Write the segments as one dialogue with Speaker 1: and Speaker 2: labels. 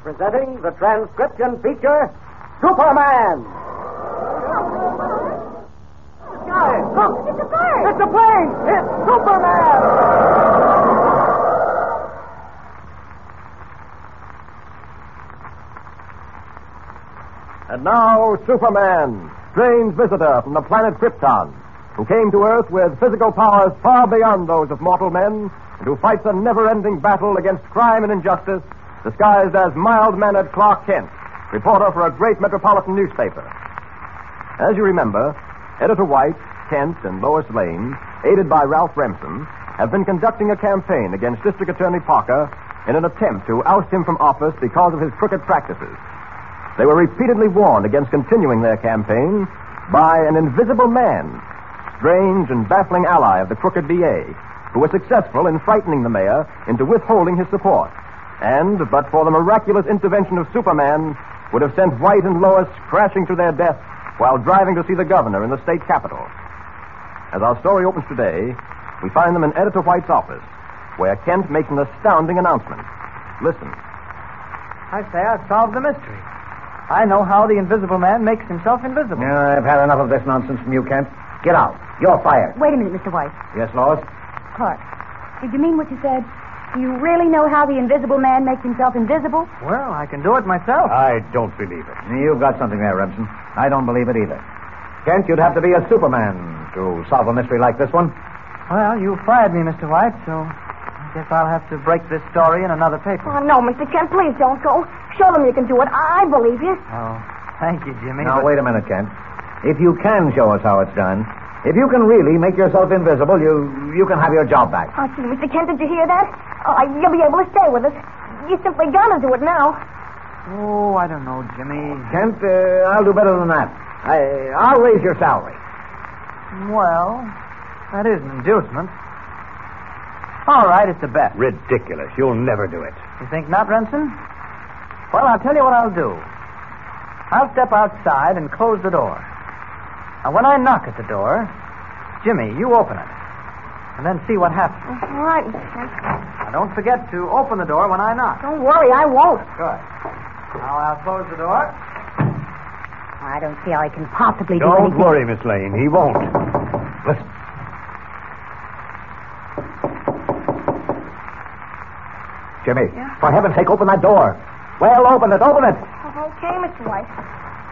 Speaker 1: presenting the transcription feature Superman. Guys, look! It's a plane! It's a plane! It's Superman! And now, Superman, strange visitor from the planet Krypton, who came to Earth with physical powers far beyond those of mortal men, and who fights a never ending battle against crime and injustice, disguised as mild mannered Clark Kent, reporter for a great metropolitan newspaper. As you remember, Editor White, Kent, and Lois Lane, aided by Ralph Remsen, have been conducting a campaign against District Attorney Parker in an attempt to oust him from office because of his crooked practices. They were repeatedly warned against continuing their campaign by an invisible man, strange and baffling ally of the crooked DA, who was successful in frightening the mayor into withholding his support, and, but for the miraculous intervention of Superman, would have sent White and Lois crashing to their death while driving to see the governor in the state capitol. As our story opens today, we find them in Editor White's office, where Kent makes an astounding announcement. Listen.
Speaker 2: I say I've solved the mystery. I know how the invisible man makes himself invisible.
Speaker 1: Yeah, I've had enough of this nonsense from you, Kent. Get out. You're fired.
Speaker 3: Wait a minute, Mr. White.
Speaker 1: Yes, Lois?
Speaker 3: Clark, did you mean what you said? Do you really know how the invisible man makes himself invisible?
Speaker 2: Well, I can do it myself.
Speaker 1: I don't believe it. You've got something there, Remsen. I don't believe it either. Kent, you'd have to be a Superman to solve a mystery like this one.
Speaker 2: well, you fired me, Mr. White, so I guess I'll have to break this story in another paper.
Speaker 3: Oh, no, Mr. Kent, please don't go. Show them you can do it. I I believe you.
Speaker 2: Oh, thank you, Jimmy.
Speaker 1: Now,
Speaker 2: but-
Speaker 1: wait a minute, Kent. If you can show us how it's done, if you can really make yourself invisible, you you can have your job back.
Speaker 3: Oh, gee, Mr. Kent, did you hear that? Oh, you'll be able to stay with us. You simply gotta do it now.
Speaker 2: Oh, I don't know, Jimmy.
Speaker 1: Kent, uh, I'll do better than that. I, I'll raise your salary.
Speaker 2: Well, that is an inducement. All right, it's a bet.
Speaker 1: Ridiculous. You'll never do it.
Speaker 2: You think not, Remsen? Well, I'll tell you what I'll do. I'll step outside and close the door. Now, when I knock at the door, Jimmy, you open it. And then see what happens.
Speaker 3: All right, Mr. Kent.
Speaker 2: Now, don't forget to open the door when I knock.
Speaker 3: Don't worry, I won't.
Speaker 2: Good. Now, I'll close the door.
Speaker 3: I don't see how I can possibly do
Speaker 4: Don't
Speaker 3: anything.
Speaker 4: worry, Miss Lane. He won't. Listen.
Speaker 1: Jimmy, for heaven's sake, open that door. Well, open it. Open it.
Speaker 3: Oh, Okay, Mr. White.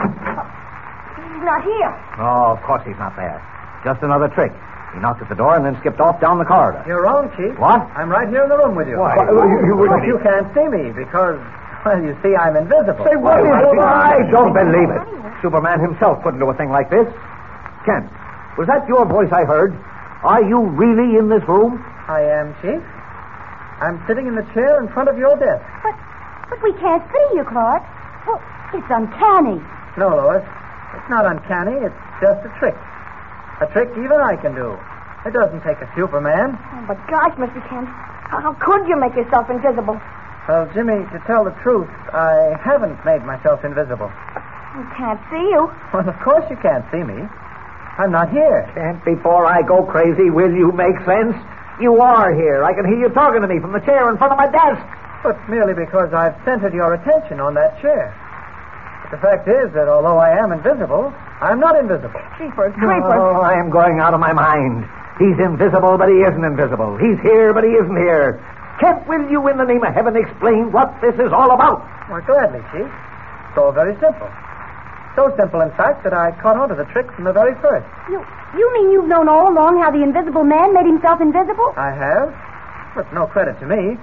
Speaker 3: He's not here.
Speaker 1: Oh, of course he's not there. Just another trick. He knocked at the door and then skipped off down the corridor.
Speaker 2: You're wrong, Chief.
Speaker 1: What?
Speaker 2: I'm right here in the room with you.
Speaker 1: Why,
Speaker 2: But
Speaker 1: you- you- you-
Speaker 2: but you can't see me because, well, you see, I'm invisible.
Speaker 1: Say, what is it? I don't believe it. Superman himself couldn't do a thing like this. Kent, was that your voice I heard? Are you really in this room?
Speaker 2: I am, Chief. I'm sitting in the chair in front of your desk.
Speaker 3: But, but we can't see you, Clark. Well, it's uncanny.
Speaker 2: No, Lois. It's not uncanny. It's just a trick. A trick even I can do.
Speaker 1: It doesn't take a Superman.
Speaker 2: Oh, but gosh, Mr. Kent, how, how could you make yourself invisible?
Speaker 1: Well, Jimmy, to tell the truth, I haven't made myself invisible.
Speaker 2: We can't see you.
Speaker 1: Well, of course you can't see me. I'm not here.
Speaker 5: Kent, before I go crazy, will you make sense? You are here. I can hear you talking to me from the chair in front of my desk.
Speaker 1: But merely because I've centered your attention on that chair. But the fact is that although I am invisible, I'm not invisible.
Speaker 2: Jeepers,
Speaker 5: Oh,
Speaker 2: creepers.
Speaker 5: I am going out of my mind. He's invisible, but he isn't invisible. He's here, but he isn't here. Kent, will you, in the name of heaven, explain what this is all about?
Speaker 1: Well, gladly, Chief. It's all very simple. So simple, in fact, that I caught on to the trick from the very first.
Speaker 2: You, you mean you've known all along how the invisible man made himself invisible?
Speaker 1: I have, but no credit to me.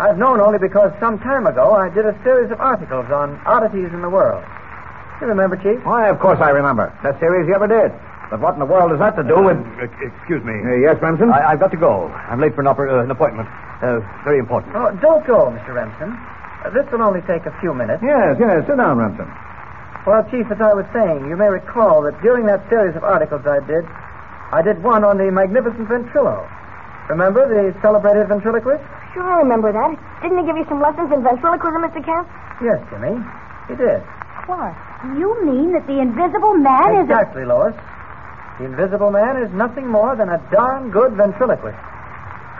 Speaker 1: I've known only because some time ago I did a series of articles on oddities in the world. You remember, Chief?
Speaker 5: Why, of course I remember. That series you ever did. But what in the world has that to do with...
Speaker 4: excuse me.
Speaker 5: Uh, yes, Remsen?
Speaker 4: I, I've got to go. I'm late for an, oper- uh, an appointment. Uh, very important.
Speaker 1: Oh, don't go, Mr. Remsen. Uh, this will only take a few minutes.
Speaker 5: Yes, yes. Sit down, Remsen.
Speaker 1: Well, Chief, as I was saying, you may recall that during that series of articles I did, I did one on the magnificent ventrilo. Remember the celebrated ventriloquist?
Speaker 2: Sure, I remember that. Didn't he give you some lessons in ventriloquism, Mr. Kent?
Speaker 1: Yes, Jimmy. He did.
Speaker 2: Why? You mean that the invisible man is a...
Speaker 1: exactly, Lois. The invisible man is nothing more than a darn good ventriloquist.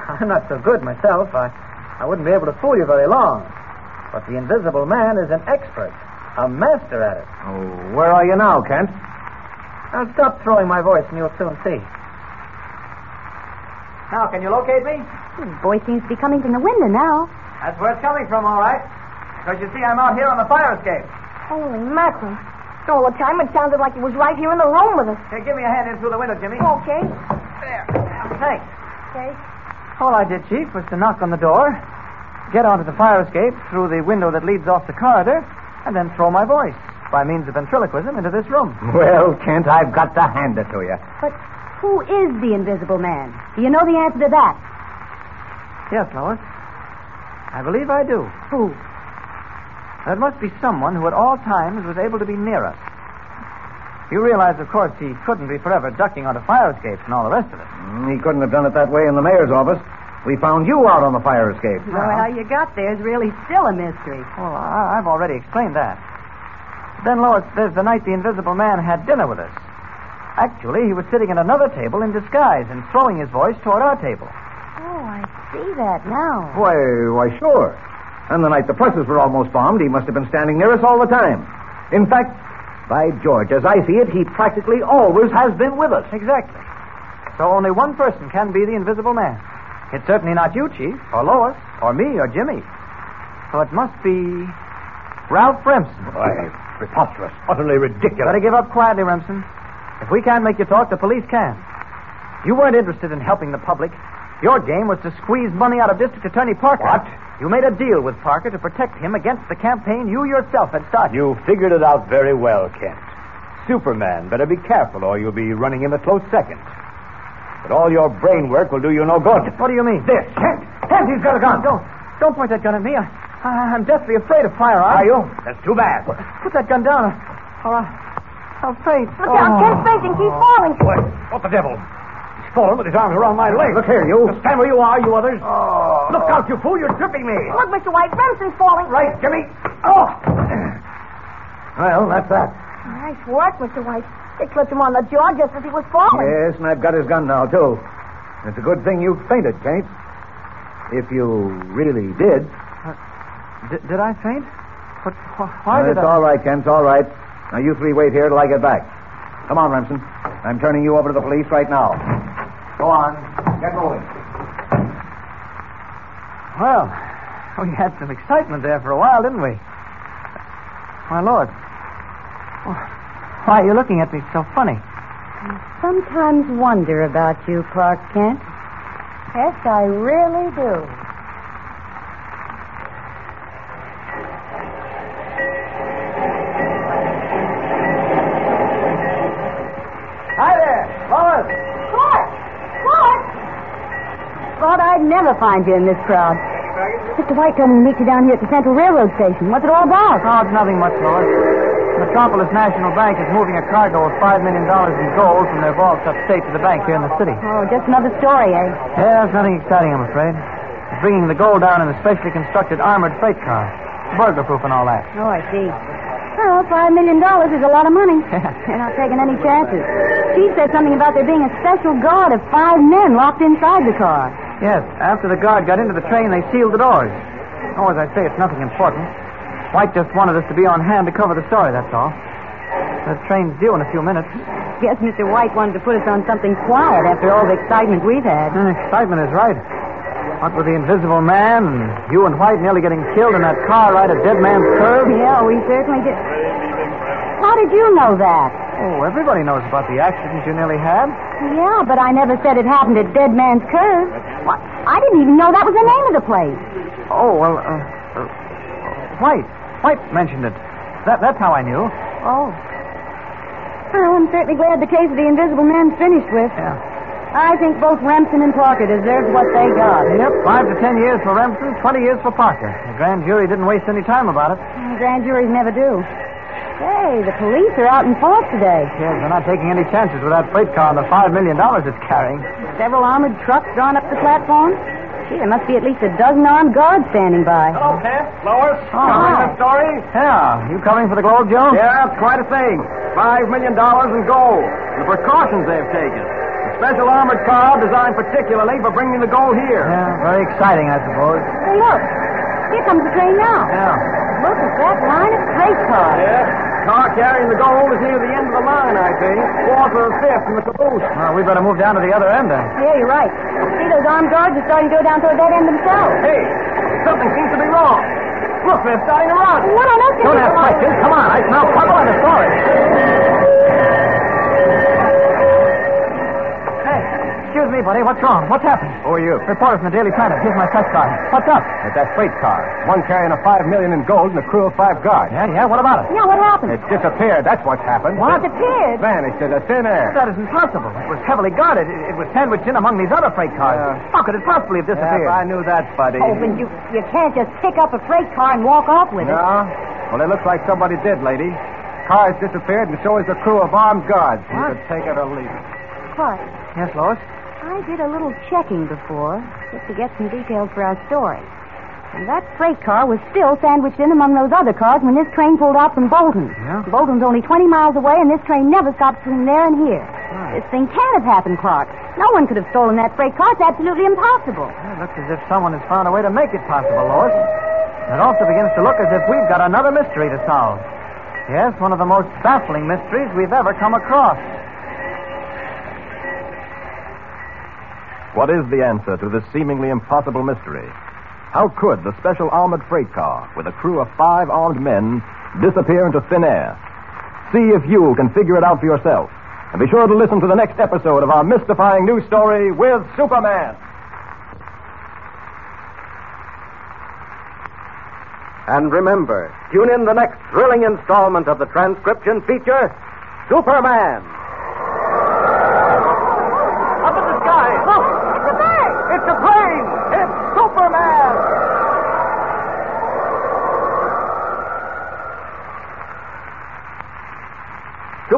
Speaker 1: I'm not so good myself. I, I wouldn't be able to fool you very long. But the invisible man is an expert, a master at it.
Speaker 5: Oh, where are you now, Kent?
Speaker 1: Now stop throwing my voice and you'll soon see. Now, can you locate me?
Speaker 2: The boy seems to be coming from the window now.
Speaker 1: That's where it's coming from, all right. Because you see, I'm out here on the fire escape.
Speaker 2: Holy mackerel. All the time it sounded like he was right here in the room with us.
Speaker 1: Here, give me a hand in through the window, Jimmy.
Speaker 2: Okay.
Speaker 1: there. Thanks.
Speaker 2: Okay.
Speaker 1: All I did, Chief, was to knock on the door, get onto the fire escape through the window that leads off the corridor, and then throw my voice, by means of ventriloquism, into this room.
Speaker 5: Well, Kent, I've got to hand it to you.
Speaker 2: But who is the invisible man? Do you know the answer to that?
Speaker 1: Yes, Lois. I believe I do.
Speaker 2: Who?
Speaker 1: There must be someone who at all times was able to be near us. You realize, of course, he couldn't be forever ducking onto fire escapes and all the rest of it.
Speaker 5: Mm, He couldn't have done it that way in the mayor's office. We found you out on the fire escape.
Speaker 2: Well, how you got there is really still a mystery.
Speaker 1: Well, I, I've already explained that. Then, Lois, there's the night the Invisible Man had dinner with us. Actually, he was sitting at another table in disguise and throwing his voice toward our table.
Speaker 2: Oh, I see that now.
Speaker 5: Why, why, sure. And the night the presses were almost bombed, he must have been standing near us all the time. In fact, by George, as I see it, he practically always has been with us.
Speaker 1: Exactly. So only one person can be the Invisible Man. It's certainly not you, Chief, or Lois, or me, or Jimmy. So it must be Ralph Remsen.
Speaker 4: Why, preposterous. Utterly
Speaker 1: You
Speaker 4: ridiculous.
Speaker 1: better give up quietly, Remsen. If we can't make you talk, the police can. You weren't interested in helping the public. Your game was to squeeze money out of District Attorney Parker.
Speaker 4: What?
Speaker 1: You made a deal with Parker to protect him against the campaign you yourself had started.
Speaker 4: You figured it out very well, Kent. Superman, better be careful or you'll be running him a close second. But all your brain work will do you no good.
Speaker 1: What do you mean?
Speaker 4: This. Kent! Kent, he's got a gun.
Speaker 1: Don't, don't point that gun at me. I, I, I'm deathly afraid of
Speaker 4: Are
Speaker 1: firearms.
Speaker 4: you? That's too bad.
Speaker 1: Put that gun down, or I, I'll faint.
Speaker 2: Look
Speaker 5: Oh.
Speaker 2: out, Kent's facing, keep falling.
Speaker 4: What? What the devil? He's fallen with his arms around my leg.
Speaker 5: Look here, you. Oh.
Speaker 4: Stand where you are, you others. Look out, you fool. You're tripping me.
Speaker 2: Look, Mr. White, Remsen's falling.
Speaker 4: Right, Jimmy. Oh!
Speaker 5: Well, that's that.
Speaker 2: Nice work, Mr. White. They clipped him on the jaw just as he was falling.
Speaker 5: Yes, and I've got his gun now, too. It's a good thing you fainted, Kate. If you really did.
Speaker 1: D- Uh, did I faint? But wh- why
Speaker 5: Uh, it's
Speaker 1: did I...
Speaker 5: all right, Kent. It's all right. Now, you three wait here till I get back. Come on, Remsen. I'm turning you over to the police right now. Go on. Get moving.
Speaker 1: Well, we had some excitement there for a while, didn't we? My lord. Why are you looking at me so funny?
Speaker 2: Sometimes wonder about you, Clark Kent. Yes, I really do.
Speaker 1: Hi there, Lois.
Speaker 2: Clark! Clark! Thought I'd never find you in this crowd. Mr. White told me to meet you down here at the Central Railroad Station. What's it all about?
Speaker 1: Oh, it's nothing much, Lois. Metropolis National Bank is moving a cargo of $5 million in gold from their vaults upstate to the bank here in the city.
Speaker 2: Oh, just another story, eh?
Speaker 1: Yeah, there's nothing exciting, I'm afraid. It's bringing the gold down in a specially constructed armored freight car. Burglar-proof and all that.
Speaker 2: Oh, I see. Well, five million dollars is a lot of money. They're not taking any chances. She said something about there being a special guard of five men locked inside the car.
Speaker 1: Yes, after the guard got into the train, they sealed the doors. Oh, as I say, it's nothing important. White just wanted us to be on hand to cover the story, that's all. The train's due in a few minutes.
Speaker 2: Guess Mr. White wanted to put us on something quiet after all the excitement we've had.
Speaker 1: Uh, excitement is right. What with the invisible man and you and White nearly getting killed in that car right at Dead Man's Curve?
Speaker 2: Yeah, we certainly did. How did you know that?
Speaker 1: Oh, everybody knows about the accident you nearly had.
Speaker 2: Yeah, but I never said it happened at Dead Man's Curve. Why, I didn't even know that was the name of the place.
Speaker 1: Oh, well, uh, uh, White. White mentioned it. That, that's how I knew.
Speaker 2: Oh. Well, I'm certainly glad the case of the Invisible Man's finished with.
Speaker 1: Yeah.
Speaker 2: I think both Remsen and Parker deserved what they got.
Speaker 1: Yep, five to ten years for Remsen, twenty years for Parker. The grand jury didn't waste any time about it.
Speaker 2: And Grand juries never do. Hey, the police are out in force today.
Speaker 1: Yes, they're not taking any chances with that freight car and the five million dollars it's carrying.
Speaker 2: Several armored trucks drawn up the platform. Gee, there must be at least a dozen armed guards standing by.
Speaker 4: Hello, Kent. Lois.
Speaker 1: Oh, Hi.
Speaker 4: Heard the story?
Speaker 1: Yeah, you coming for the gold, Joe?
Speaker 4: Yeah, it's quite a thing. Five million dollars in gold. The precautions they've taken. A special armored car designed particularly for bringing the gold here.
Speaker 1: Yeah, very exciting, I suppose.
Speaker 2: Hey, look. Here comes the train now.
Speaker 1: Yeah.
Speaker 2: Look at that line of freight cars.
Speaker 4: Yeah. Car carrying the gold is near the end of the line, I think. Fourth or fifth in the caboose.
Speaker 1: Well, we better move down to the other end then.
Speaker 2: Yeah, you're right. See, those armed guards are starting to go down toward that end themselves.
Speaker 4: Hey, something seems to be wrong. Look, they're starting to run.
Speaker 2: What on earth is
Speaker 4: Don't ask questions. Come on. I smell trouble and a story.
Speaker 1: Hey, excuse me, buddy. What's wrong? What's happened?
Speaker 4: Who are you?
Speaker 1: Reporter from the Daily Planet. Here's my press card. What's up?
Speaker 4: It's that freight car. One carrying a five million in gold and a crew of five guards.
Speaker 1: Yeah, yeah. What about it?
Speaker 2: Yeah, what happened?
Speaker 4: It disappeared. That's what's happened.
Speaker 1: What?
Speaker 2: Disappeared.
Speaker 4: Vanished into thin air.
Speaker 1: That isn't possible. It was heavily guarded. It, it was sandwiched in among these other freight cars.
Speaker 4: Yeah.
Speaker 1: How could it possibly have disappeared?
Speaker 4: Yeah, if I knew that, buddy.
Speaker 2: Oh, but you, you can't just pick up a freight car and walk off with it.
Speaker 4: No? Well, it looks like somebody did, lady. Car's disappeared, and so is the crew of armed guards.
Speaker 1: What?
Speaker 4: You could take it or leave it.
Speaker 2: But
Speaker 1: Yes, Lois.
Speaker 2: I did a little checking before, just to get some details for our story. And that freight car was still sandwiched in among those other cars when this train pulled out from Bolton.
Speaker 1: Yeah?
Speaker 2: Bolton's only 20 miles away, and this train never stops between there and here. This thing can't have happened, Clark. No one could have stolen that freight car. It's absolutely impossible.
Speaker 1: It looks as if someone has found a way to make it possible, Lois. And it also begins to look as if we've got another mystery to solve. Yes, one of the most baffling mysteries we've ever come across.
Speaker 3: What is the answer to this seemingly impossible mystery? How could the special armored freight car, with a crew of five armed men, disappear into thin air? See if you can figure it out for yourself. And be sure to listen to the next episode of our mystifying new story with Superman.
Speaker 4: And remember, tune in the next thrilling installment of the transcription feature Superman. Up in the sky! Look! It's a plane! It's a plane! It's Superman!